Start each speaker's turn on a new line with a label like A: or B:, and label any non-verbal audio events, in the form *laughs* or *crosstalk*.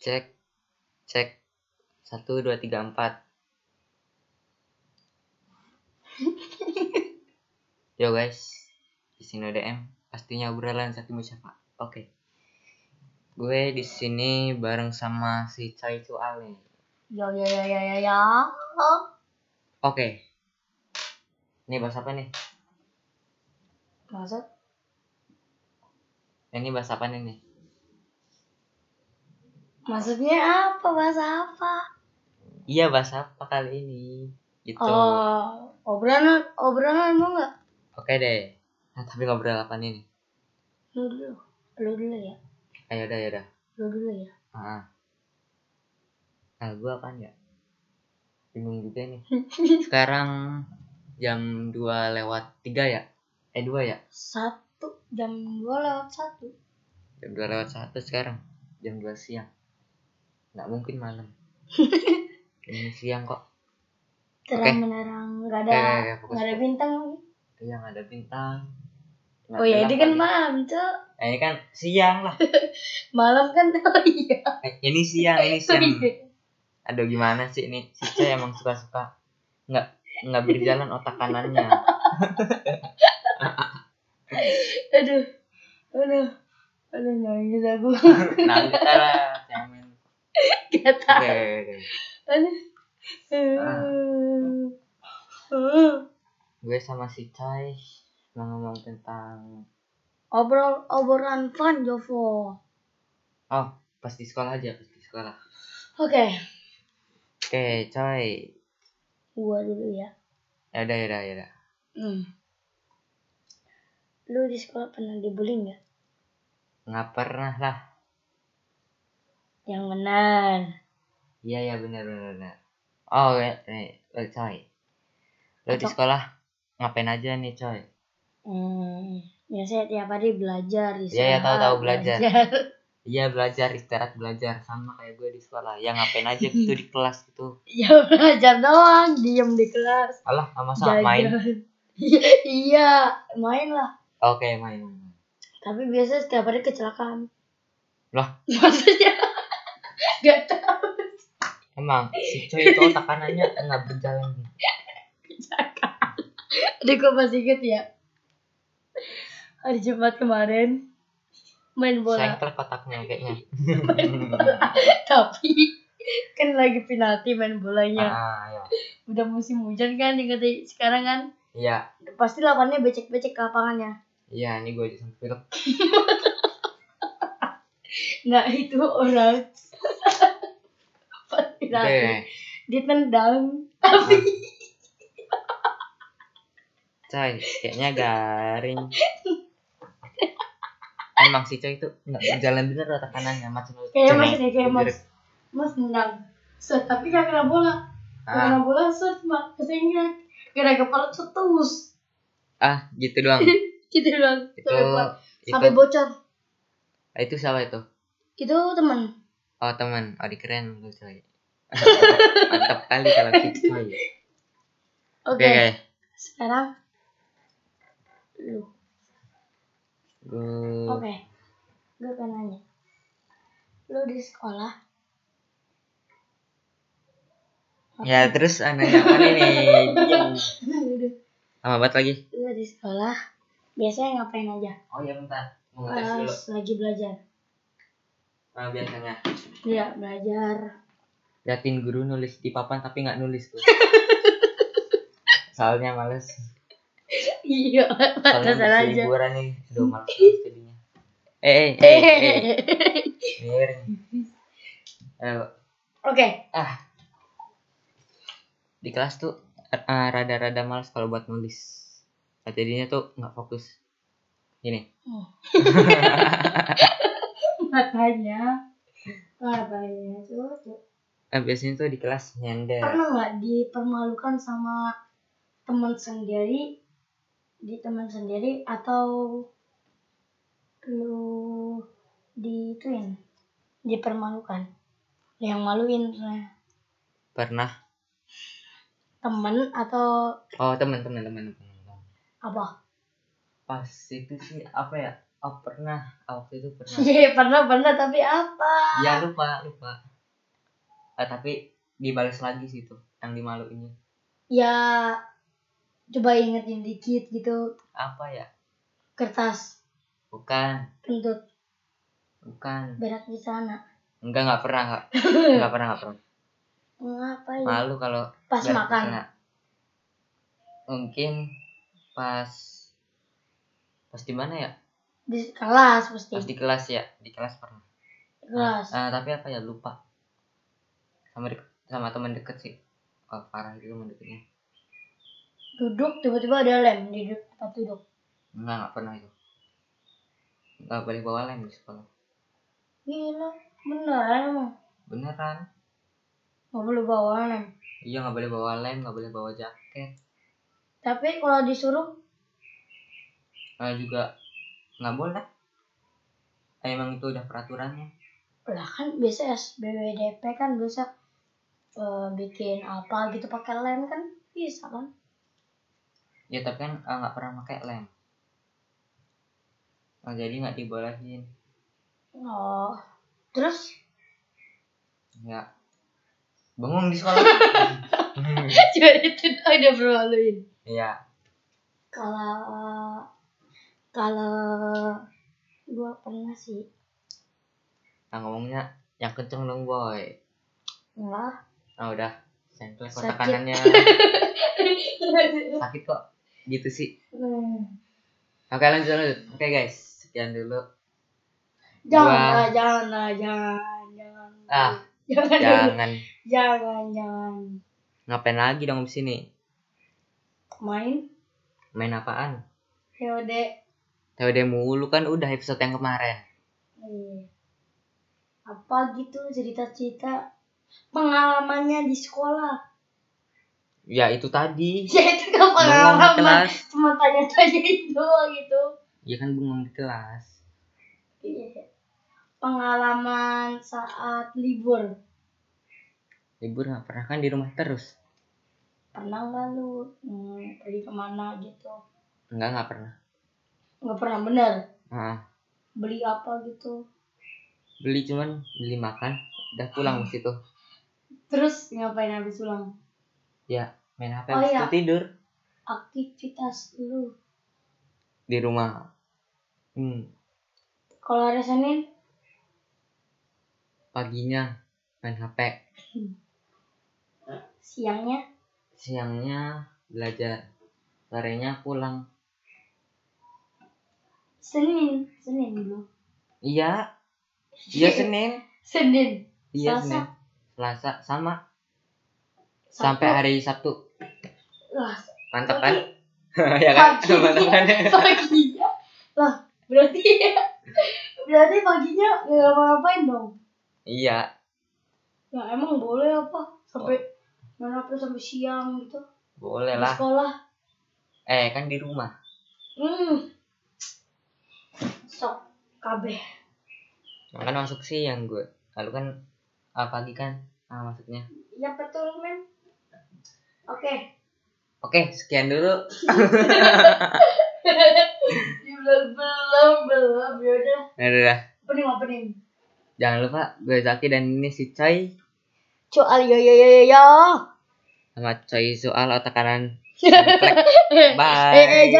A: Cek, cek. Satu, dua, tiga, empat. Yo guys, di sini DM. Pastinya obrolan satu siapa? Oke. Gue di sini bareng sama si Chai Chu Ale.
B: Ya ya ya ya ya ya.
A: Oke. Ini bahas apa nih?
B: Masa?
A: Eh, Ini bahas apa nih?
B: Maksudnya apa? Bahasa apa?
A: Iya, bahas apa kali ini? Gitu.
B: Oh, obrolan obrolan mau nggak?
A: Oke deh. Nah, tapi ngobrol apa nih?
B: Lu dulu, lu dulu ya,
A: Ayo dah, ya dah.
B: lu dulu ya.
A: Ah. Nah, gue apaan ya? Bingung juga
B: *laughs*
A: nih. Sekarang jam 2 lewat 3 ya? Eh, 2 ya?
B: Satu jam dua lewat satu.
A: Jam 2 lewat 1 sekarang. Jam 2 siang. Nggak mungkin
B: *laughs*
A: malam. Ini siang kok.
B: Terang menerang nggak ada
A: Ya, ya, ya, fokus,
B: nggak ada bintang. lagi.
A: Yang ada bintang. Nggak
B: Oh ya
A: gelap
B: ini kan
A: lagi.
B: malam cok.
A: Eh, ini kan siang lah.
B: Malam kan *laughs* oh iya.
A: Eh, ini siang, ini siang.
B: *laughs* Sorry.
A: Aduh gimana sih ini? Si Cai emang suka-suka nggak nggak berjalan otak kanannya.
B: *laughs* Aduh, aduh, aduh nangis aku. *laughs*
A: Nanti Nah, lah, cemen.
B: Kata.
A: Oke, oke, oke.
B: Aduh.
A: Ah.
B: Eh.
A: *laughs* gue sama si Chai mau ngomong tentang
B: Obrol obrolan fun Jovo.
A: oh pas di sekolah aja pas di sekolah
B: Oke,
A: oke Chai
B: gua dulu ya.
A: ya udah ya udah ya udah
B: Hmm. Lu di sekolah pernah dibully nggak?
A: nggak pernah nah, lah
B: Yang benar.
A: iya ya benar benar benar oh ya nih lo Chai lo di
B: Apa?
A: sekolah ngapain aja nih Chai
B: Hmm. Biasanya tiap hari belajar.
A: Iya, iya,
B: istirahat,
A: tahu-tahu belajar. *laughs* iya belajar istirahat belajar sama kayak gue di sekolah ya ngapain aja gitu di kelas gitu
B: *laughs* ya belajar doang, diem di kelas.
A: alah nggak masalah main
B: Jajan. *laughs* Iya, iya, main lah.
A: oke main main main.
B: Tapi biasanya setiap hari kecelakaan. *laughs*
A: Lah?
B: Maksudnya? Gak tau.
A: emang si Chai itu otak kanannya nggak berjalan
B: Aduh, gue masih inget ya. Hari Jumat kemarin main bola,
A: Sengkel kotaknya
B: *laughs*
A: kayaknya.
B: tapi *laughs* kan lagi penalti main bolanya.
A: Ah, ya.
B: Udah musim hujan kan, dikata sekarang kan
A: Iya,
B: pasti lawannya becek-becek ke lapangannya.
A: iya ini gue jadi pilek.
B: Nah itu orang *laughs* pas penalti
A: Oke.
B: ditendang.
A: Coy, kayaknya garing. Emang si Coy itu nggak jalan bener otak kanannya macam lu.
B: Kayak
A: Cuman
B: mas deh, kayak mas,
A: jerit.
B: mas nendang. Set, tapi gak kena bola. Gak
A: Ah,
B: Kena bola set, mak kesenggak. Kena kepala cetus.
A: ah, gitu doang.
B: *laughs* Gitu doang.
A: Itu
B: Sampai-
A: itu
B: Sampai bocor.
A: Ah, itu siapa itu?
B: itu teman
A: Oh, teman. Oh, di keren lu, Coy. Mantap kali kalau si Coy. Oke,
B: oke
A: guys.
B: sekarang lu
A: Gue
B: oke gue pengen nanya lu di sekolah
A: Ya, terus anaknya apa nih?
B: Iya.
A: Diam.
B: lu
A: Lama banget lagi.
B: di sekolah biasanya ngapain aja
A: Oh, iya bentar. Mau ngetes
B: pas
A: dulu.
B: lagi belajar
A: Ah, biasanya.
B: iya belajar
A: liatin guru nulis di papan tapi nggak nulis tuh soalnya males
B: iya
A: soalnya
B: pantasan
A: habis
B: aja
A: liburan nih aduh males nulis jadinya eh eh eh eh miring Ayo,
B: oke
A: ah di kelas tuh eh, rada-rada males kalau buat nulis Nah, jadinya tuh nggak fokus gini
B: makanya makanya tuh tuh.
A: eh, biasanya tuh di kelas nyender
B: pernah nggak dipermalukan sama teman sendiri di teman sendiri atau lu dituin dipermalukan Lu yang maluin misalnya.
A: pernah
B: temen atau
A: oh teman teman teman teman
B: apa
A: pas itu sih apa ya oh pernah Oh, waktu itu
B: *laughs*
A: pernah
B: Iya, pernah pernah tapi apa?
A: ya lupa lupa Eh, tapi dibalas lagi situ yang dimaluinnya
B: Ya coba ingetin dikit gitu
A: apa ya
B: kertas
A: bukan
B: kentut
A: bukan
B: berak di sana.
A: enggak nggak pernah
B: *laughs*
A: nggak nggak pernah nggak pernah
B: Ngapain?
A: malu kalau
B: ya? Pas
A: biar
B: makan.
A: kena. mungkin pas pas di mana ya
B: Di kelas pasti.
A: pas di kelas ya di kelas pernah
B: kelas.
A: Ah, ah, tapi apa ya lupa sama dek- sama teman deket sih oh, parah itu teman deketnya
B: Duduk tiba-tiba ada lem di du- tempat duduk.
A: enggak nggak pernah itu nggak boleh bawa lem di sekolah
B: Gila, beneran emang.
A: beneran
B: Gak boleh bawa lem.
A: iya nggak boleh bawa lem nggak boleh bawa jaket
B: Tapi kalau disuruh
A: Ah, juga nggak boleh Ah, emang itu udah peraturannya
B: lah kan biasa SBWDP kan biasa eh, bikin apa gitu pakai lem kan bisa kan
A: ya tapi kan ah, nggak pernah pakai lem Ah, jadi nggak dibolehin
B: oh terus
A: ya bengong di sekolah
B: jadi tidak ada berlaluin
A: iya
B: kalau kalau gua pernah sih
A: nah, ngomongnya yang kenceng dong boy
B: enggak
A: Ah udah sengklek
B: Sakit.
A: otak kanannya sakit kok gitu sih
B: Hmm.
A: oke lanjut lanjut oke guys sekian dulu
B: jangan
A: Gua-
B: lah, jangan lah, jangan jangan
A: ah
B: jangan
A: jangan
B: *laughs* jangan jangan
A: ngapain lagi dong di sini
B: main
A: main apaan
B: VOD
A: TWD mulu kan udah episode yang kemarin
B: Iya. apa gitu cerita-cerita pengalamannya di sekolah *laughs*
A: ya itu tadi
B: ya itu gak
A: bengong di
B: pengalaman
A: kelas
B: cuma tanya-tanya itu doang gitu
A: ya kan bengong di kelas
B: Iya. pengalaman saat libur
A: libur nggak pernah kan di rumah terus
B: pernah nggak lu hmm, pergi kemana gitu
A: enggak nggak pernah
B: nggak pernah bener
A: ah
B: beli apa gitu
A: beli cuman beli makan udah pulang ke situ
B: terus ngapain habis pulang
A: ya main hp
B: Oh,
A: habis itu
B: iya.
A: tidur
B: aktivitas lu
A: di rumah hmm
B: kalau hari Senin
A: paginya main hp
B: siangnya
A: siangnya belajar sorenya pulang
B: Senin Senin dulu
A: iya
B: *laughs*
A: iya senin
B: Senin
A: iya
B: Selasa.
A: senin selasa sama
B: Sabtu.
A: sampai hari sabtu
B: lah
A: mantap kan
B: Berarti-
A: *laughs* ya kan
B: Pagi.
A: mantap
B: *laughs*
A: kan
B: paginya lah berarti *laughs* berarti paginya nggak ngapa-ngapain dong
A: iya
B: ya emang boleh apa sampai main apa sampai siang gitu
A: boleh
B: di
A: lah
B: sekolah
A: eh kan di rumah
B: hmm sok kabeh
A: kan masuk siang gue lalu kan ah, pagi kan ah, masuknya
B: ya betul men oke *laughs*
A: oke sekian dulu
B: belum Ya belum belum Ya yaudah
A: Nah, udah, udah.
B: opening opening
A: jangan lupa gue Zaki dan ini si Choi
B: Cual yo yo yo yo yo *laughs*
A: sama Choi soal otak kanan Bye.
B: eh eh jangan